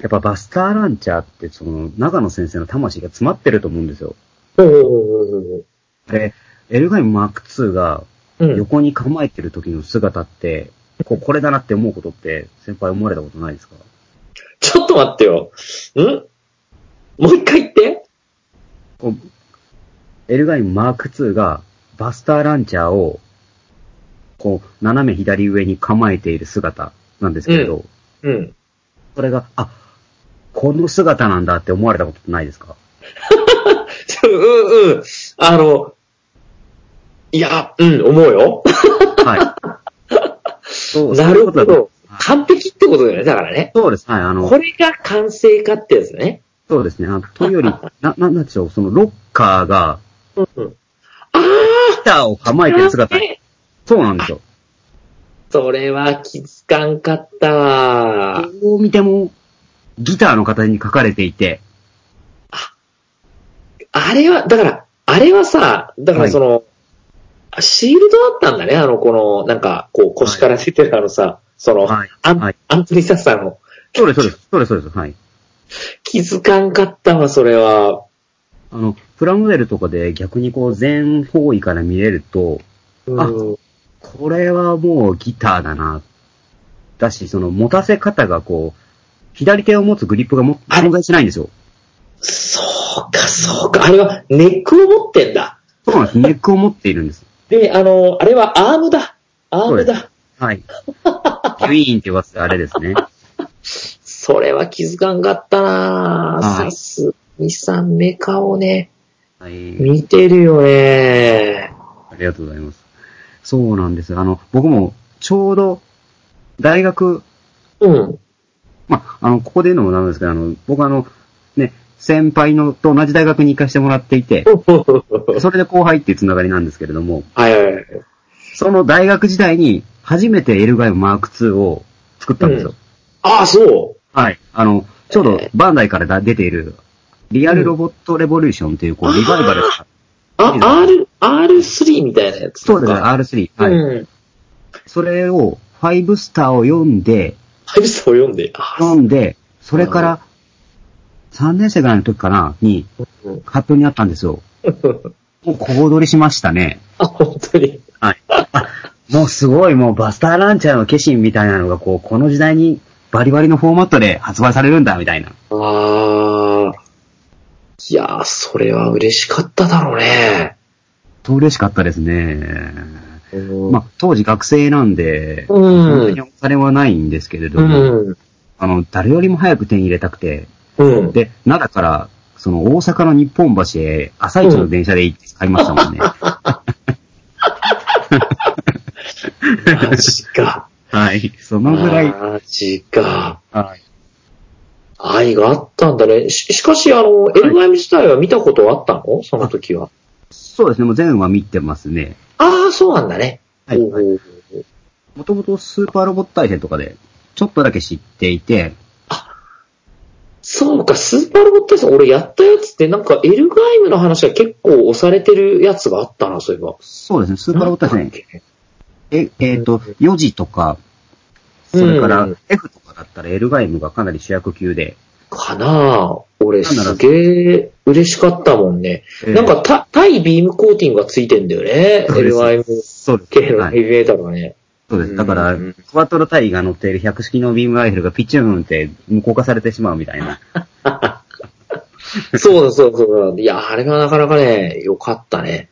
[SPEAKER 3] やっぱバスターランチャーって、その、長野先生の魂が詰まってると思うんですよ。
[SPEAKER 2] うん
[SPEAKER 3] で、エルガインマーク2が
[SPEAKER 2] うん。
[SPEAKER 3] 横に構えてる時の姿って、こう、これだなって思うことって、先輩思われたことないですか
[SPEAKER 2] ちょっと待ってよ。んもう一回言って。
[SPEAKER 3] こう、エルガインマーク2がバスターランチャーを、こう、斜め左上に構えている姿なんですけれど、
[SPEAKER 2] うん。
[SPEAKER 3] それが、あ、この姿なんだって思われたことってないですか
[SPEAKER 2] うんうん。あの、いや、うん、思うよ。 [laughs]
[SPEAKER 3] はい。そう
[SPEAKER 2] なる
[SPEAKER 3] そう
[SPEAKER 2] ほ
[SPEAKER 3] いうことだと思い
[SPEAKER 2] ど
[SPEAKER 3] ま。すはい
[SPEAKER 2] 完璧ってことだよね、だからね。
[SPEAKER 3] そうです。はい。あの
[SPEAKER 2] こ、れが完成かってやつね。
[SPEAKER 3] そうですね。あのというより、な、なんでしょう、そのロッカーが、
[SPEAKER 2] うん。ああ
[SPEAKER 3] ギターを構えてる姿。そうなんですよ。
[SPEAKER 2] それは気づかんかったわ。
[SPEAKER 3] どう見ても、ギターの形に書かれていて、
[SPEAKER 2] あれは、だから、あれはさ、だからその、シールドだったんだね、あの、この、なんか、こう、腰から出てるあのさ、その、
[SPEAKER 3] はい
[SPEAKER 2] アン、
[SPEAKER 3] はい
[SPEAKER 2] アンプリサスあの、
[SPEAKER 3] そうです、そうです、そうです、そうです、はい。
[SPEAKER 2] 気づかんかったわ、それは。
[SPEAKER 3] あの、プラモデルとかで逆にこう全方位から見れると、あ
[SPEAKER 2] うん
[SPEAKER 3] これはもうギターだな。だし、その持たせ方がこう、左手を持つグリップがも存在しないんですよ。
[SPEAKER 2] そうか、そうか。あれはネックを持ってんだ。
[SPEAKER 3] そうなんです。ネックを持っているんです。
[SPEAKER 2] で、あの、あれはアームだ。アーム
[SPEAKER 3] そう
[SPEAKER 2] だ。
[SPEAKER 3] はい。キュイーンって言わせてあれですね。
[SPEAKER 2] それは気づかんかったなぁ
[SPEAKER 3] は
[SPEAKER 2] さ
[SPEAKER 3] い
[SPEAKER 2] すにさん、メカをね、
[SPEAKER 3] はい。
[SPEAKER 2] 見てるよね
[SPEAKER 3] ありがとうございます。そうなんです。あの、僕もちょうど大学 [laughs]
[SPEAKER 2] うん。
[SPEAKER 3] まあ、あの、ここで言うのもなんですけど、あの、僕あの、ね、先輩のと同じ大学に行かせてもらっていて、それで後輩っていうつながりなんですけれども、
[SPEAKER 2] はいはいはい。
[SPEAKER 3] その大学時代に初めてエルガイムマーク2を作ったんですよ。
[SPEAKER 2] ああ、そう。
[SPEAKER 3] はい。あの、ちょうどバンダイからだ出ている、リアルロボットレボリューションという、こう、リバイバルが、
[SPEAKER 2] あ、R、R3 みたいなやつ
[SPEAKER 3] そうですね、
[SPEAKER 2] か。
[SPEAKER 3] R3。はい。
[SPEAKER 2] うん。
[SPEAKER 3] それを、ファイブスターを読んで、
[SPEAKER 2] ハイブスターを読んで。あ
[SPEAKER 3] 読んで、それから、3年生ぐらいの時かな、に、
[SPEAKER 2] うん
[SPEAKER 3] 発表になったんですよ。もう小躍りしましたね。
[SPEAKER 2] [laughs] あ、本当に。
[SPEAKER 3] はい。あもうすごい、もうバスターランチャーの化身みたいなのが、こう、この時代にバリバリのフォーマットで発売されるんだ、みたいな。
[SPEAKER 2] ああ。いやー、それは嬉しかっただろうね。
[SPEAKER 3] と嬉しかったですね。
[SPEAKER 2] うん
[SPEAKER 3] まあ、当時学生なんで、
[SPEAKER 2] う
[SPEAKER 3] 本当
[SPEAKER 2] ん
[SPEAKER 3] に。お金はないんですけれど
[SPEAKER 2] う
[SPEAKER 3] も、
[SPEAKER 2] ん。
[SPEAKER 3] あの、誰よりも早く手に入れたくて、 [laughs]
[SPEAKER 2] うん。
[SPEAKER 3] で、奈良から、その大阪の日本橋へ朝一の電車で行って買いましたもんね。
[SPEAKER 2] マジか。
[SPEAKER 3] はい。そのぐらい、
[SPEAKER 2] マジか。
[SPEAKER 3] はい。
[SPEAKER 2] 愛があったんだね。し、しかし、あの、エルガイム自体は見たことはあったのその時は。
[SPEAKER 3] そうですね、もう全話見てますね。
[SPEAKER 2] ああ、そうなんだね。
[SPEAKER 3] はい
[SPEAKER 2] おうおうおう
[SPEAKER 3] もともとスーパーロボット対戦とかで、ちょっとだけ知っていて、
[SPEAKER 2] そうか、スーパーロボットさん、俺やったやつってなんかエルガイムの話が結構押されてるやつがあったな、そういえば。
[SPEAKER 3] そうですね、スーパーロボット対戦、
[SPEAKER 2] 戦。
[SPEAKER 3] え、えっ、と、4時とか、それから F とかだったらエルガイムがかなり主役級で、
[SPEAKER 2] かなぁ。俺すげえ嬉しかったもんね。
[SPEAKER 3] えー
[SPEAKER 2] なんかた、対ビームコーティングがついてんだよね。
[SPEAKER 3] そう
[SPEAKER 2] エ
[SPEAKER 3] で
[SPEAKER 2] ル
[SPEAKER 3] す
[SPEAKER 2] ガイム
[SPEAKER 3] そうです
[SPEAKER 2] 系
[SPEAKER 3] ね、
[SPEAKER 2] の
[SPEAKER 3] は
[SPEAKER 2] ヘ
[SPEAKER 3] い、
[SPEAKER 2] ビメータルがね。
[SPEAKER 3] そうです。だから、
[SPEAKER 2] うん
[SPEAKER 3] クワトロタイが乗っている百式のビームライフルがピチューンって無効化されてしまうみたいな。
[SPEAKER 2] そうだそうだそうだ。いや、あれがなかなかね、良かったね。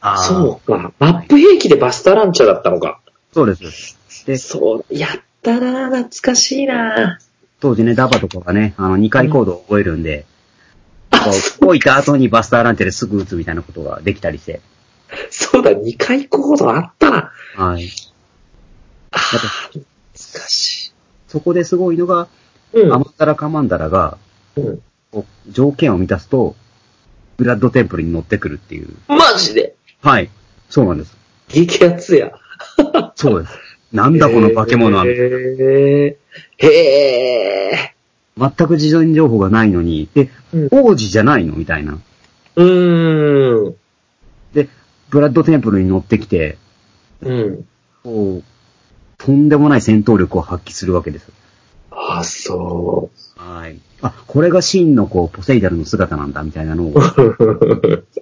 [SPEAKER 3] あー
[SPEAKER 2] そうか。マップ兵器でバスターランチャーだったのか。
[SPEAKER 3] そうです。で、
[SPEAKER 2] そう、やったなぁ懐かしいなぁ
[SPEAKER 3] 当時ね、ダバとかがね、あの、2回コードを覚えるんで、こう置いた後にバスターランテですぐ打つみたいなことができたりして、
[SPEAKER 2] そうだ、2回コードあったな。
[SPEAKER 3] はい。
[SPEAKER 2] あー懐かし
[SPEAKER 3] そこですごいのが、
[SPEAKER 2] い。う
[SPEAKER 3] アマ
[SPEAKER 2] ん。
[SPEAKER 3] ンダラカマンダラが、
[SPEAKER 2] うん、
[SPEAKER 3] こう条件を満たすと、ブラッドテンプルに乗ってくるっていう。
[SPEAKER 2] マジで
[SPEAKER 3] はい。そうなんです。
[SPEAKER 2] 激アツや。
[SPEAKER 3] そうです。なんだこの化け物は。
[SPEAKER 2] へー。へー。
[SPEAKER 3] 全く事前情報がないのに、で、
[SPEAKER 2] うん
[SPEAKER 3] 王子じゃないのみたいな。
[SPEAKER 2] うーん。
[SPEAKER 3] で、ブラッドテンプルに乗ってきて、
[SPEAKER 2] うん。
[SPEAKER 3] こう、とんでもない戦闘力を発揮するわけです。
[SPEAKER 2] あ、そう。
[SPEAKER 3] はい。あ、これが真のこう、ポセイダルの姿なんだ、みたいなのを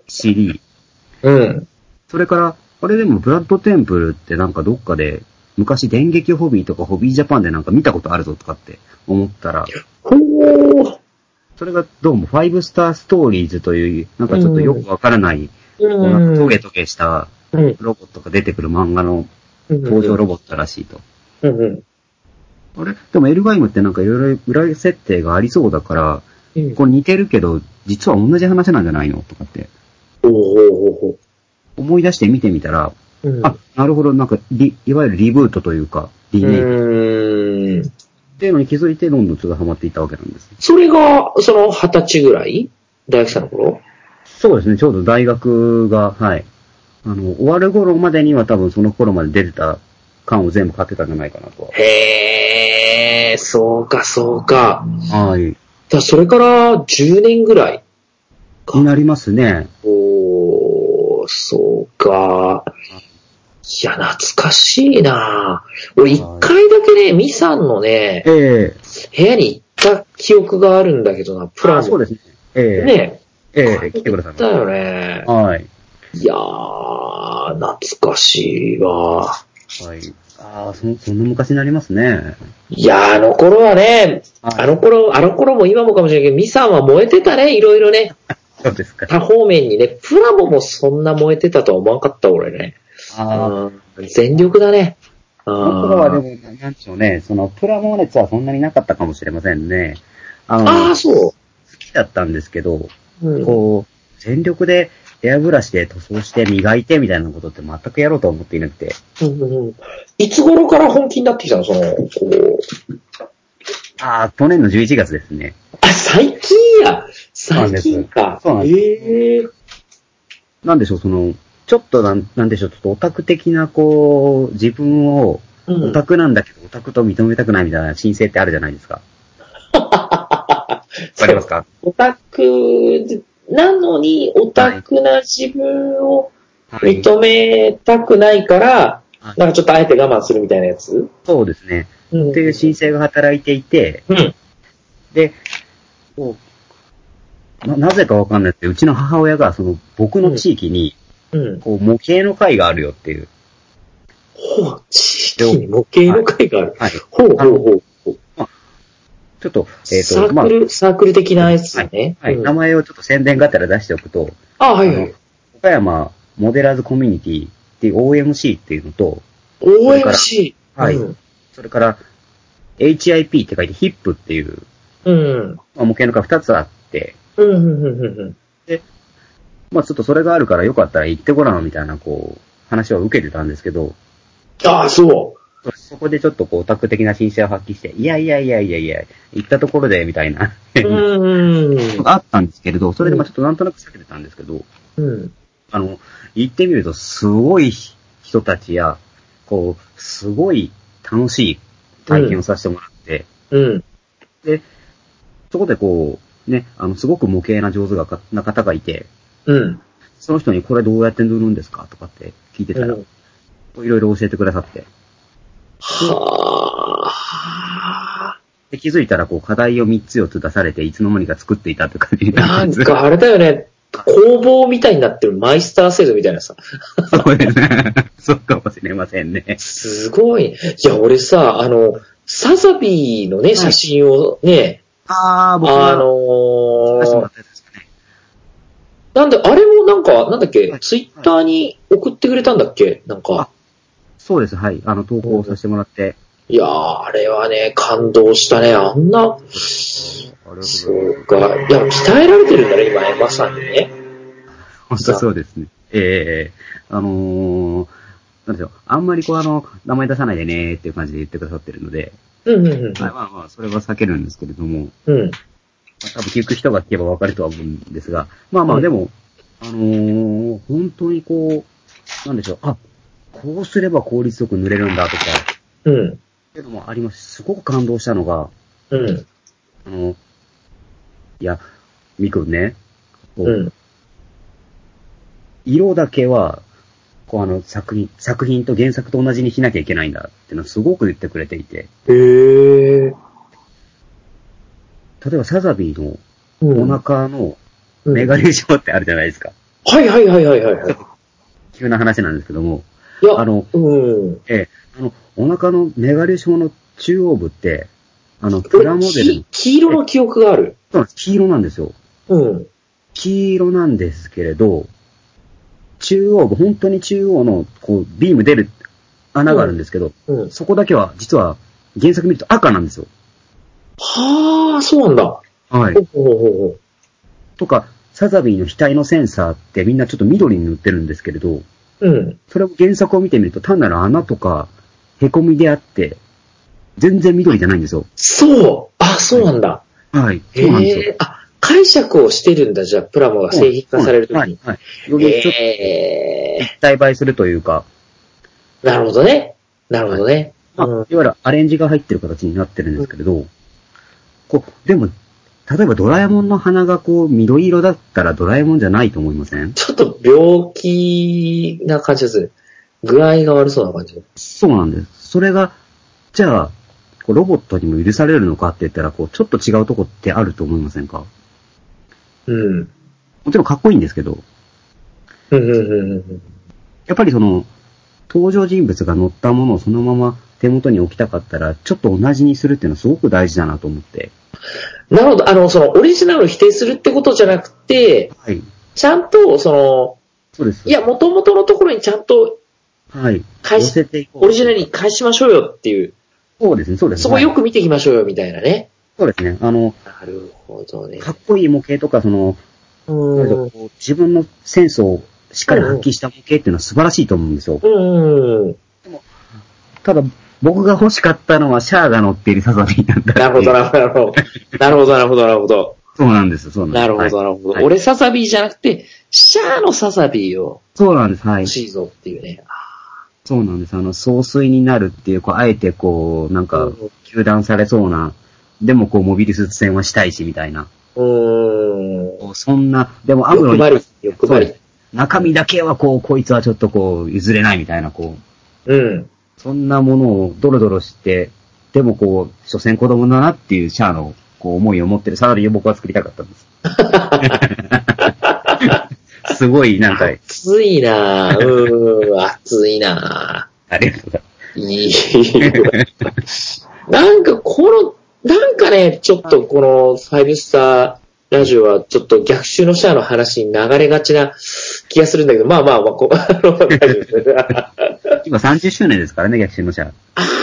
[SPEAKER 3] 知り、
[SPEAKER 2] [laughs] うん。
[SPEAKER 3] それから、あれでもブラッドテンプルってなんかどっかで、昔電撃ホビーとかホビージャパンでなんか見たことあるぞとかって思ったら、
[SPEAKER 2] ほー。
[SPEAKER 3] それがどうもファイブスターストーリーズという、なんかちょっとよくわからない、こうなんかトゲトゲした
[SPEAKER 2] うん。
[SPEAKER 3] ロボットが出てくる漫画の
[SPEAKER 2] うん。
[SPEAKER 3] 登場ロボットらしいと。
[SPEAKER 2] うんうん。
[SPEAKER 3] あれでもエルガイムってなんかいろいろ裏設定がありそうだから、
[SPEAKER 2] うん。
[SPEAKER 3] これ似てるけど、実は同じ話なんじゃないのとかって
[SPEAKER 2] おーおーお
[SPEAKER 3] 思い出して見てみたら、
[SPEAKER 2] ーうん。
[SPEAKER 3] あ、なるほど、なんかリ、いわゆるリブートというか、リ
[SPEAKER 2] う
[SPEAKER 3] メイク。
[SPEAKER 2] ーん。
[SPEAKER 3] っていうのに気づいてどんどんつがハマっていったわけなんです。
[SPEAKER 2] それが、その、二十歳ぐらい大学生の頃
[SPEAKER 3] そうですね、ちょうど大学が、はい。あの、終わる頃までには多分その頃まで出てた感を全部買ってたんじゃないかなと
[SPEAKER 2] へー、そうか、そうか。
[SPEAKER 3] は。はい。
[SPEAKER 2] だそれから10年ぐらい。
[SPEAKER 3] になりますね。
[SPEAKER 2] おー、そうか。いや、懐かしいな俺一回だけね、ミさんのね、
[SPEAKER 3] ええ
[SPEAKER 2] 部屋に行った記憶があるんだけどな、プラ
[SPEAKER 3] あそう
[SPEAKER 2] モ。
[SPEAKER 3] ですね。ええ
[SPEAKER 2] ね、
[SPEAKER 3] ええ来てくださいまし
[SPEAKER 2] だよね
[SPEAKER 3] た。。はい。
[SPEAKER 2] いやー、懐かしいわ。
[SPEAKER 3] はい。ああ、そ、そんな昔になりますね。
[SPEAKER 2] いやー、あの頃はね、
[SPEAKER 3] はい
[SPEAKER 2] あの頃、あの頃も今もかもしれないけど、ミサンは燃えてたね、いろいろね。
[SPEAKER 3] そうですか。
[SPEAKER 2] 多方面にね、プラモもそんな燃えてたとは思わんかった、俺ね。
[SPEAKER 3] ああ、
[SPEAKER 2] うん全力だね。
[SPEAKER 3] こ
[SPEAKER 2] あ
[SPEAKER 3] の頃はでも、なんでしょうね、そのプラモ熱はそんなになかったかもしれませんね。あの、
[SPEAKER 2] ああ、
[SPEAKER 3] 好
[SPEAKER 2] そ
[SPEAKER 3] きだったんですけど、
[SPEAKER 2] う。うん
[SPEAKER 3] こう、全力でエアブラシで塗装して磨いてみたいなことって全くやろうとは思っていなくて。
[SPEAKER 2] うんうんうんいつ頃から本気になってきたのその、こう。
[SPEAKER 3] ああ、去年の11月ですね。
[SPEAKER 2] あ、最近や
[SPEAKER 3] なん
[SPEAKER 2] 最
[SPEAKER 3] です
[SPEAKER 2] 近か。
[SPEAKER 3] そうなんです
[SPEAKER 2] ええ
[SPEAKER 3] なんでしょう、その、ちょっとなん、なんでしょう、ちょっとオタク的な、こう、自分を、
[SPEAKER 2] う
[SPEAKER 3] オ
[SPEAKER 2] ん
[SPEAKER 3] タクなんだけど、オタクと認めたくないみたいな申請ってあるじゃないですか。わかりますか
[SPEAKER 2] オタクなのに、オタクな自分を
[SPEAKER 3] はい。
[SPEAKER 2] 認めたくないから、
[SPEAKER 3] はい
[SPEAKER 2] なんかちょっとあえて我慢するみたいなやつ
[SPEAKER 3] そうですね。
[SPEAKER 2] うん
[SPEAKER 3] っていう申請が働いていて、
[SPEAKER 2] うん。
[SPEAKER 3] で、こうな、なぜかわかんないですけど、うちの母親が、その、僕の地域に、
[SPEAKER 2] うん。
[SPEAKER 3] こう、模型の会があるよっていう。
[SPEAKER 2] ほう、地域に模型の会がある。
[SPEAKER 3] はい。
[SPEAKER 2] ほうほうほう。
[SPEAKER 3] ちょっと、えっ、
[SPEAKER 2] サ
[SPEAKER 3] と、ま
[SPEAKER 2] ー
[SPEAKER 3] あ
[SPEAKER 2] ク、ル、サークル的なやつね。
[SPEAKER 3] はい。
[SPEAKER 2] うん
[SPEAKER 3] 名前をちょっと宣伝がてら出しておくと、
[SPEAKER 2] あ、は
[SPEAKER 3] あ
[SPEAKER 2] い
[SPEAKER 3] の
[SPEAKER 2] はい。
[SPEAKER 3] 岡山モデラーズコミュニティっていう OMC っていうのと、れから
[SPEAKER 2] OMC。
[SPEAKER 3] はい
[SPEAKER 2] うん
[SPEAKER 3] それから HIP って書いて HIP っていう、
[SPEAKER 2] うん。
[SPEAKER 3] まあ、模型の会2つあって、
[SPEAKER 2] うん、うん、うんうん、うん。
[SPEAKER 3] まあちょっとそれがあるからよかったら行ってごらんみたいなこう、話を受けてたんですけど、
[SPEAKER 2] ああ、そう。
[SPEAKER 3] そそこでちょっとこうオタク的な申請を発揮して、いやいやいやいやいや、行ったところでみたいな、
[SPEAKER 2] うんうん
[SPEAKER 3] があったんですけれど、それでまあちょっとなんとなく避けてたんですけど、
[SPEAKER 2] うん。
[SPEAKER 3] あの、行ってみるとすごい人たちや、こう、すごい楽しい体験をさせてもらって、
[SPEAKER 2] うん。
[SPEAKER 3] そこでこう、ね、あの、すごく模型な上手がかな方がいて、
[SPEAKER 2] うん。
[SPEAKER 3] その人にこれどうやって塗るんですかとかって聞いてたら、
[SPEAKER 2] うん
[SPEAKER 3] いろいろ教えてくださって。
[SPEAKER 2] はあ。
[SPEAKER 3] で気づいたらこう課題を3つ4つ出されて、いつの間にか作っていたって感じにな
[SPEAKER 2] な
[SPEAKER 3] るん
[SPEAKER 2] ん
[SPEAKER 3] です。
[SPEAKER 2] かあれだよね。工房みたいになってるマイスター制度みたいなさ。
[SPEAKER 3] そうですね。そうかもしれませんね。
[SPEAKER 2] すごい。いや、俺さ、あの、サザビーのね、
[SPEAKER 3] い
[SPEAKER 2] 写真をね、
[SPEAKER 3] ああ、僕
[SPEAKER 2] あ
[SPEAKER 3] は、出してもら
[SPEAKER 2] のー
[SPEAKER 3] ったやつですかね。
[SPEAKER 2] なんで、あれもなんか、なんだっけ
[SPEAKER 3] は、い
[SPEAKER 2] ツイッターに送ってくれたんだっけなんか
[SPEAKER 3] あ。そうです、はい。あの、投稿させてもらって。
[SPEAKER 2] いやー、あれはね、感動したね。あんな、
[SPEAKER 3] あれ
[SPEAKER 2] そうか。いや、鍛えられてるんだね、今ね、まさにね。
[SPEAKER 3] 本当そうですね。ええええあのー、なんでしょう。あんまりこう、あの、名前出さないでねーっていう感じで言ってくださってるので、
[SPEAKER 2] うん、うん、
[SPEAKER 3] はい、まあまあ、それは避けるんですけれども、ま
[SPEAKER 2] うん。う
[SPEAKER 3] あ、
[SPEAKER 2] ん。
[SPEAKER 3] 多分聞く人が聞けばわかるとは思うんですが、まあま
[SPEAKER 2] う
[SPEAKER 3] あ、
[SPEAKER 2] ん
[SPEAKER 3] でも、あのー、本当にこう、なんでしょう。あ、こうすれば効率よく塗れるんだとか、
[SPEAKER 2] うん。
[SPEAKER 3] っていうのもありますし、すごく感動したのが、
[SPEAKER 2] うん。
[SPEAKER 3] あの、いや、みくんね、こう
[SPEAKER 2] うん。
[SPEAKER 3] 色だけは、こうあの作品、作品と原作と同じにしなきゃいけないんだっていうのをすごく言ってくれていて、
[SPEAKER 2] へえ。
[SPEAKER 3] 例えばサザビーの
[SPEAKER 2] う
[SPEAKER 3] お
[SPEAKER 2] ん。
[SPEAKER 3] 腹の
[SPEAKER 2] うん
[SPEAKER 3] メガネ症ってあるじゃないですか。
[SPEAKER 2] はいはいはいはいはいはい。
[SPEAKER 3] 急な話なんですけども、
[SPEAKER 2] いや、
[SPEAKER 3] あの、
[SPEAKER 2] うん。
[SPEAKER 3] ええ、あの、お腹のメガネ症の中央部って、あの、プラモデルの
[SPEAKER 2] き、黄色の記憶がある。
[SPEAKER 3] そうなんです黄色なんですよ。
[SPEAKER 2] うん。
[SPEAKER 3] 黄色なんですけれど、中央部、本当に中央の、こう、ビーム出る穴があるんですけど、
[SPEAKER 2] うん。
[SPEAKER 3] そこだけは、実は、原作見ると赤なんですよ。
[SPEAKER 2] はあ、そうなんだ。
[SPEAKER 3] はい
[SPEAKER 2] ほ。うほうほうほ
[SPEAKER 3] とか、サザビーの額のセンサーってみんなちょっと緑に塗ってるんですけれど、
[SPEAKER 2] う。うん。
[SPEAKER 3] それを原作を見てみると単なる穴とか、凹みであって、全然緑じゃないんですよ。
[SPEAKER 2] そうあ、そうなんだ。
[SPEAKER 3] はい。
[SPEAKER 2] へ
[SPEAKER 3] そうなんですよ。
[SPEAKER 2] え。あ、解釈をしてるんだ、じゃあ、プラモが製品化されるとき
[SPEAKER 3] はい
[SPEAKER 2] に。。
[SPEAKER 3] はい。よりちょっ
[SPEAKER 2] へえ。
[SPEAKER 3] と代売するというか、
[SPEAKER 2] なるほどね。なるほどね。
[SPEAKER 3] まあ、いうわ
[SPEAKER 2] ん。
[SPEAKER 3] ゆるアレンジが入ってる形になってるんですけれど、こう、でも、例えばドラえもんの鼻がこう、緑色だったらドラえもんじゃないと思いません
[SPEAKER 2] ちょっと病気な感じがする。具合が悪そうな感じ。
[SPEAKER 3] そうなんです。それが、じゃあ、こうロボットにも許されるのかって言ったら、こう、ちょっと違うとこってあると思いませんか
[SPEAKER 2] うん。
[SPEAKER 3] もちろんかっこいいんですけど、
[SPEAKER 2] うんうんうんうん
[SPEAKER 3] やっぱりその、登場人物が乗ったものをそのまま手元に置きたかったら、ちょっと同じにするっていうのはすごく大事だなと思って。
[SPEAKER 2] なるほど。あの、その、オリジナルを否定するってことじゃなくて、
[SPEAKER 3] はい。
[SPEAKER 2] ちゃんと、その、
[SPEAKER 3] そうです。
[SPEAKER 2] いや、元々のところにちゃんと
[SPEAKER 3] はい。
[SPEAKER 2] 返
[SPEAKER 3] 寄
[SPEAKER 2] し
[SPEAKER 3] せていこう。
[SPEAKER 2] オリジナルに返しましょうよっていう、
[SPEAKER 3] そうですね、そうですね。
[SPEAKER 2] そこよ
[SPEAKER 3] はい
[SPEAKER 2] く見ていきましょうよみたいなね。
[SPEAKER 3] そうですね。あの、
[SPEAKER 2] なるほどね。
[SPEAKER 3] かっこいい模型とか、その、
[SPEAKER 2] うん。うん
[SPEAKER 3] 自分のセンスをしっかり発揮した模型っていうのは素晴らしいと思うんですよ。
[SPEAKER 2] うんうん。
[SPEAKER 3] ただ、僕が欲しかったのはシャアが乗っているサザビーなんだ
[SPEAKER 2] なるほど、なるほど。なるほど、なるほど、なるほど。
[SPEAKER 3] そうなんです、そう
[SPEAKER 2] な
[SPEAKER 3] な
[SPEAKER 2] る
[SPEAKER 3] ん
[SPEAKER 2] ほ
[SPEAKER 3] です。
[SPEAKER 2] ど、
[SPEAKER 3] はい
[SPEAKER 2] なるほ
[SPEAKER 3] は
[SPEAKER 2] ど。
[SPEAKER 3] い
[SPEAKER 2] 俺サザビーじゃなくて、シャアのサザビーを
[SPEAKER 3] そうなんです、はい
[SPEAKER 2] 欲。しいぞっていうね。あ
[SPEAKER 3] そうなんです。あの、総帥になるっていう、こう、あえてこう、なん
[SPEAKER 2] う
[SPEAKER 3] か
[SPEAKER 2] ん、
[SPEAKER 3] 球団されそうな、でもこう、モビルスーツ戦はしたいし、みたいな。
[SPEAKER 2] うん。
[SPEAKER 3] こうそんな、でもアムロ
[SPEAKER 2] 欲張
[SPEAKER 3] に
[SPEAKER 2] り、欲張り。
[SPEAKER 3] 中身だけはこう、こいつはちょっとこう、譲れないみたいな、こう、
[SPEAKER 2] うん。
[SPEAKER 3] そんなものをドロドロして、でもこう、所詮子供だなっていうシャアの、こう、思いを持ってるサラリーを僕は作りたかったんです。 [laughs] すごい、なんか、
[SPEAKER 2] 熱いなぁ。うん、熱いな
[SPEAKER 3] ありがとうございま
[SPEAKER 2] ぁ。いい。 [laughs] なんかこの、なんかね、ちょっとこのファイブスターラジオはちょっと逆襲のシャアの話に流れがちな気がするんだけど、まあまあまあ、こあの大丈夫です
[SPEAKER 3] す。今30周年ですからね、逆襲のシャ
[SPEAKER 2] あ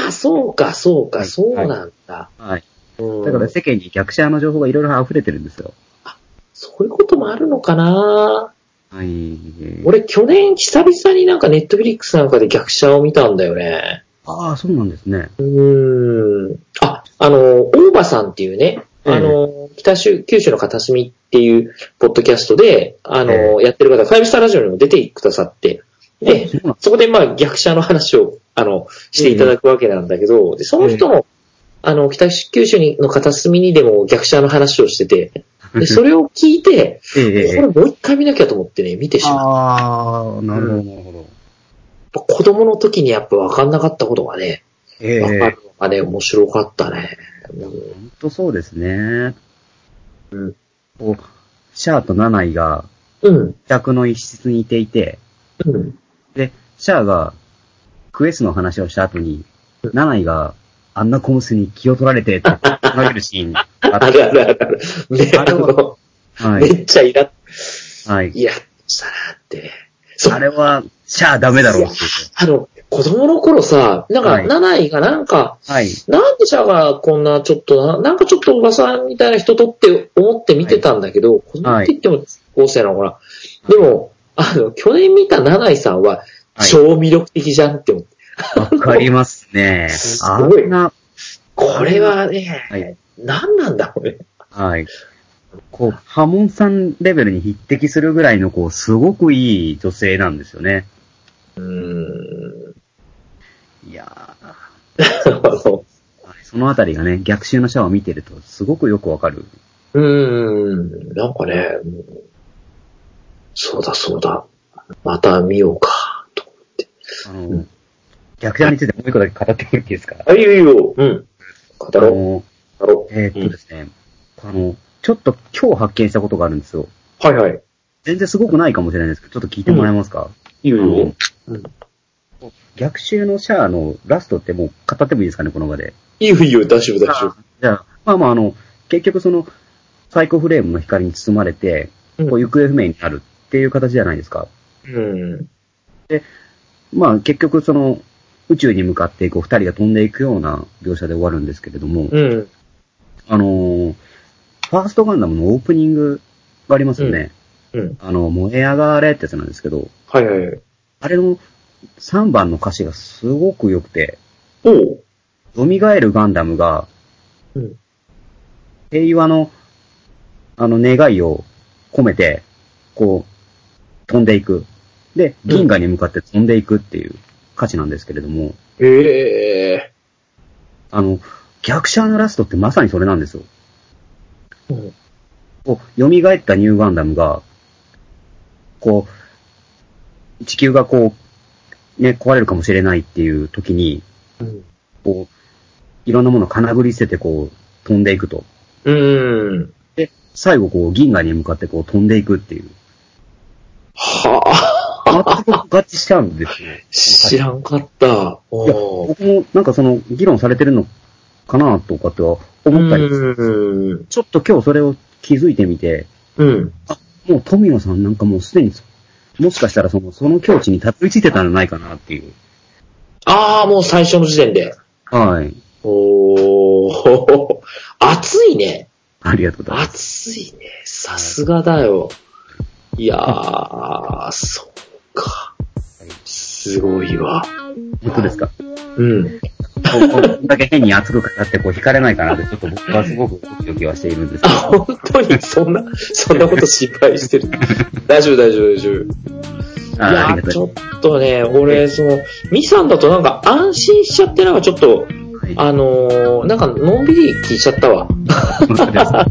[SPEAKER 2] あ、そうか、そうか、そうなんだ。
[SPEAKER 3] ア。はい。
[SPEAKER 2] うん
[SPEAKER 3] だから世間に逆シャアの情報がいろいろ溢れてるんですよ。
[SPEAKER 2] そういうこともあるのかな
[SPEAKER 3] はい。
[SPEAKER 2] 俺去年久々になんかネットフリックスなんかで逆者を見たんだよね。
[SPEAKER 3] ああ、そうなんですね。
[SPEAKER 2] うーん。あ、あの、大場さんっていうね、
[SPEAKER 3] ええ
[SPEAKER 2] あの、北州、九州の片隅っていう、ポッドキャストで、あの、やってる方、ファイブスターラジオにも出てくださって、で
[SPEAKER 3] そうなん、
[SPEAKER 2] そこでまあ逆者の話を、あの、していただくわけなんだけど、で、その人も、あの、北九州にの片隅にでも逆者の話をしてて、
[SPEAKER 3] [laughs]
[SPEAKER 2] で、それを聞いて、
[SPEAKER 3] え
[SPEAKER 2] こ
[SPEAKER 3] ええ
[SPEAKER 2] れ
[SPEAKER 3] え
[SPEAKER 2] もう一回見なきゃと思ってね、見てしまう。
[SPEAKER 3] ああ、なるほど、なるほど。
[SPEAKER 2] 子供の時にやっぱ分かんなかったことがね、
[SPEAKER 3] え
[SPEAKER 2] 分か
[SPEAKER 3] え
[SPEAKER 2] るのがね、面白かったね。うん
[SPEAKER 3] 本当そうですね。
[SPEAKER 2] うん
[SPEAKER 3] こう、シャアとナナイが、
[SPEAKER 2] うん。
[SPEAKER 3] 自宅の一室にいていて、
[SPEAKER 2] うん。
[SPEAKER 3] で、シャアが、クエスの話をした後に、ナナイが、あんなコムスに気を取られて、って投げるシーンがあ
[SPEAKER 2] あ
[SPEAKER 3] っ
[SPEAKER 2] るあるあるある。ね、あ
[SPEAKER 3] あれ
[SPEAKER 2] の
[SPEAKER 3] は、た。は
[SPEAKER 2] め
[SPEAKER 3] い。
[SPEAKER 2] っちゃイラッ、
[SPEAKER 3] はい。
[SPEAKER 2] イラッとしたなってね。そう
[SPEAKER 3] あれは、シャアダメだろうっていう。
[SPEAKER 2] あの、子供の頃さ、なんか、
[SPEAKER 3] はい
[SPEAKER 2] ナナイがなんか、
[SPEAKER 3] はい。
[SPEAKER 2] なんでシャアがこんなちょっとな、なんかちょっとおばさんみたいな人とって思って見てたんだけど、子供って言っても中高生なのかな。でも、あの、去年見たナナイさんは、
[SPEAKER 3] はい
[SPEAKER 2] 超魅力的じゃんって思って。
[SPEAKER 3] わかりますね
[SPEAKER 2] す。
[SPEAKER 3] あ
[SPEAKER 2] ごい
[SPEAKER 3] んな、
[SPEAKER 2] これはね、
[SPEAKER 3] はい
[SPEAKER 2] 何なんだろうね。
[SPEAKER 3] はい。こう、ハモンさんレベルに匹敵するぐらいの、こう、すごくいい女性なんですよね。
[SPEAKER 2] うーん。 [laughs]
[SPEAKER 3] いやー
[SPEAKER 2] あの、
[SPEAKER 3] はいそのあたりがね、逆襲のシャアを見てると、すごくよくわかる。
[SPEAKER 2] うーん、なんかね、うんそうだそうだ、また見ようか、と。
[SPEAKER 3] あの、逆シャアについてもう一個だけ語ってもいいですか
[SPEAKER 2] あ、いいよいいよ、うん。語
[SPEAKER 3] あ
[SPEAKER 2] ろう、
[SPEAKER 3] の、
[SPEAKER 2] 語ろう。
[SPEAKER 3] えーっとですね、あの、ちょっと今日発見したことがあるんですよ。
[SPEAKER 2] はいはい。
[SPEAKER 3] 全然すごくないかもしれないですけど、ちょっと聞いてもらえますか、
[SPEAKER 2] いいよいいよ
[SPEAKER 3] うん。逆襲のシャアのラストってもう語ってもいいですかね、この場で。
[SPEAKER 2] いいよいいよ、大丈夫大丈夫。
[SPEAKER 3] じゃあ、まあまああの、結局その、サイコフレームの光に包まれて、
[SPEAKER 2] うん
[SPEAKER 3] こう行方不明になるっていう形じゃないですか。
[SPEAKER 2] うん。
[SPEAKER 3] まあ結局その、宇宙に向かってこう二人が飛んでいくような描写で終わるんですけれども、
[SPEAKER 2] うん。
[SPEAKER 3] あのーファーストガンダムのオープニングがありますよね。
[SPEAKER 2] うん。
[SPEAKER 3] あの、燃え上がれってやつなんですけど、
[SPEAKER 2] はいはい。
[SPEAKER 3] あれの3番の歌詞がすごく良くて、
[SPEAKER 2] おう。
[SPEAKER 3] 蘇るガンダムが
[SPEAKER 2] うん。
[SPEAKER 3] 平和の、あの、願いを込めて、こう、飛んでいく。で、
[SPEAKER 2] うん
[SPEAKER 3] 銀河に向かって飛んでいくっていう歌詞なんですけれども、
[SPEAKER 2] ええ
[SPEAKER 3] あの、逆シャアのラストってまさにそれなんですよ。
[SPEAKER 2] うん。
[SPEAKER 3] こう、蘇ったニューガンダムが、こう、地球がこう、ね、壊れるかもしれないっていう時に、
[SPEAKER 2] うん。
[SPEAKER 3] こう、いろんなものをかなぐり捨ててこう、飛んでいくと。
[SPEAKER 2] うん。
[SPEAKER 3] で、最後こう銀河に向かってこう飛んでいくっていう。
[SPEAKER 2] は
[SPEAKER 3] 全
[SPEAKER 2] あ、
[SPEAKER 3] く合致しちゃうんですよ。
[SPEAKER 2] 知らんかった。
[SPEAKER 3] いや、
[SPEAKER 2] おー
[SPEAKER 3] 僕もなんかその議論されてるのかなとかっては思ったり、
[SPEAKER 2] うん。
[SPEAKER 3] ちょっと今日それを気づいてみて、
[SPEAKER 2] うん。
[SPEAKER 3] もう富野さんなんかもうすでに、もしかしたらその、その境地にたどり着いてたんじゃないかなっていう。
[SPEAKER 2] ああ、もう最初の時点で。
[SPEAKER 3] はい。
[SPEAKER 2] おー、 [laughs] 暑いね。
[SPEAKER 3] ありがとうございます。
[SPEAKER 2] 暑いね。さすがだよ。いやー、そうか。すごいわ。
[SPEAKER 3] 本当ですか
[SPEAKER 2] うん。
[SPEAKER 3] ここんだけ変に熱く語ってこう惹かれないかなって、ちょっと僕はすごくドキドキはしているんですけ
[SPEAKER 2] あ、
[SPEAKER 3] ど。
[SPEAKER 2] 本当に、そんな、そんなこと心配し
[SPEAKER 3] [laughs]
[SPEAKER 2] てる。大丈夫、大丈夫、大丈夫。
[SPEAKER 3] あ
[SPEAKER 2] い
[SPEAKER 3] あありが
[SPEAKER 2] やち
[SPEAKER 3] とう
[SPEAKER 2] ょっとね、俺、その、ミさんだとなんか安心しちゃって、なんかちょっ
[SPEAKER 3] ご
[SPEAKER 2] と、
[SPEAKER 3] ざいます。
[SPEAKER 2] あのー、なんかのんびり聞いちゃった
[SPEAKER 3] は
[SPEAKER 2] わ。
[SPEAKER 3] い。本当ですか